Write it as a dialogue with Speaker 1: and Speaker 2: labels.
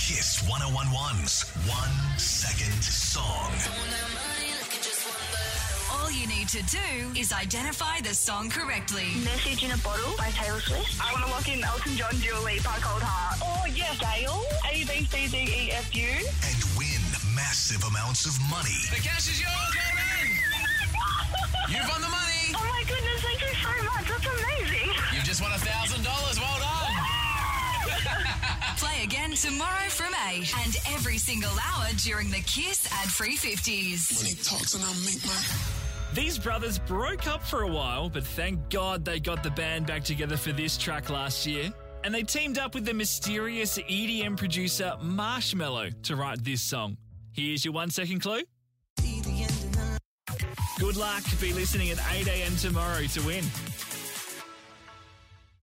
Speaker 1: Kiss 1011's One Second Song.
Speaker 2: All you need to do is identify the song correctly.
Speaker 3: Message in a Bottle by Taylor Swift. I want to lock in Elton John, Dua Lipa, Cold Heart. Oh, yeah. Gail, A, B, C, D, E, F, U.
Speaker 1: and win massive amounts of money.
Speaker 4: The cash is yours, Raymond. You've won the money.
Speaker 3: Oh, my goodness. Thank you so much. That's amazing.
Speaker 4: You've just won a thousand dollars. Well done.
Speaker 2: Play again tomorrow from 8 and every single hour during the Kiss ad free 50s.
Speaker 5: When he talks and I make my
Speaker 6: These brothers broke up for a while, but thank God they got the band back together for this track last year. And they teamed up with the mysterious EDM producer Marshmallow to write this song. Here's your one second clue. Good luck. Be listening at 8 a.m. tomorrow to win.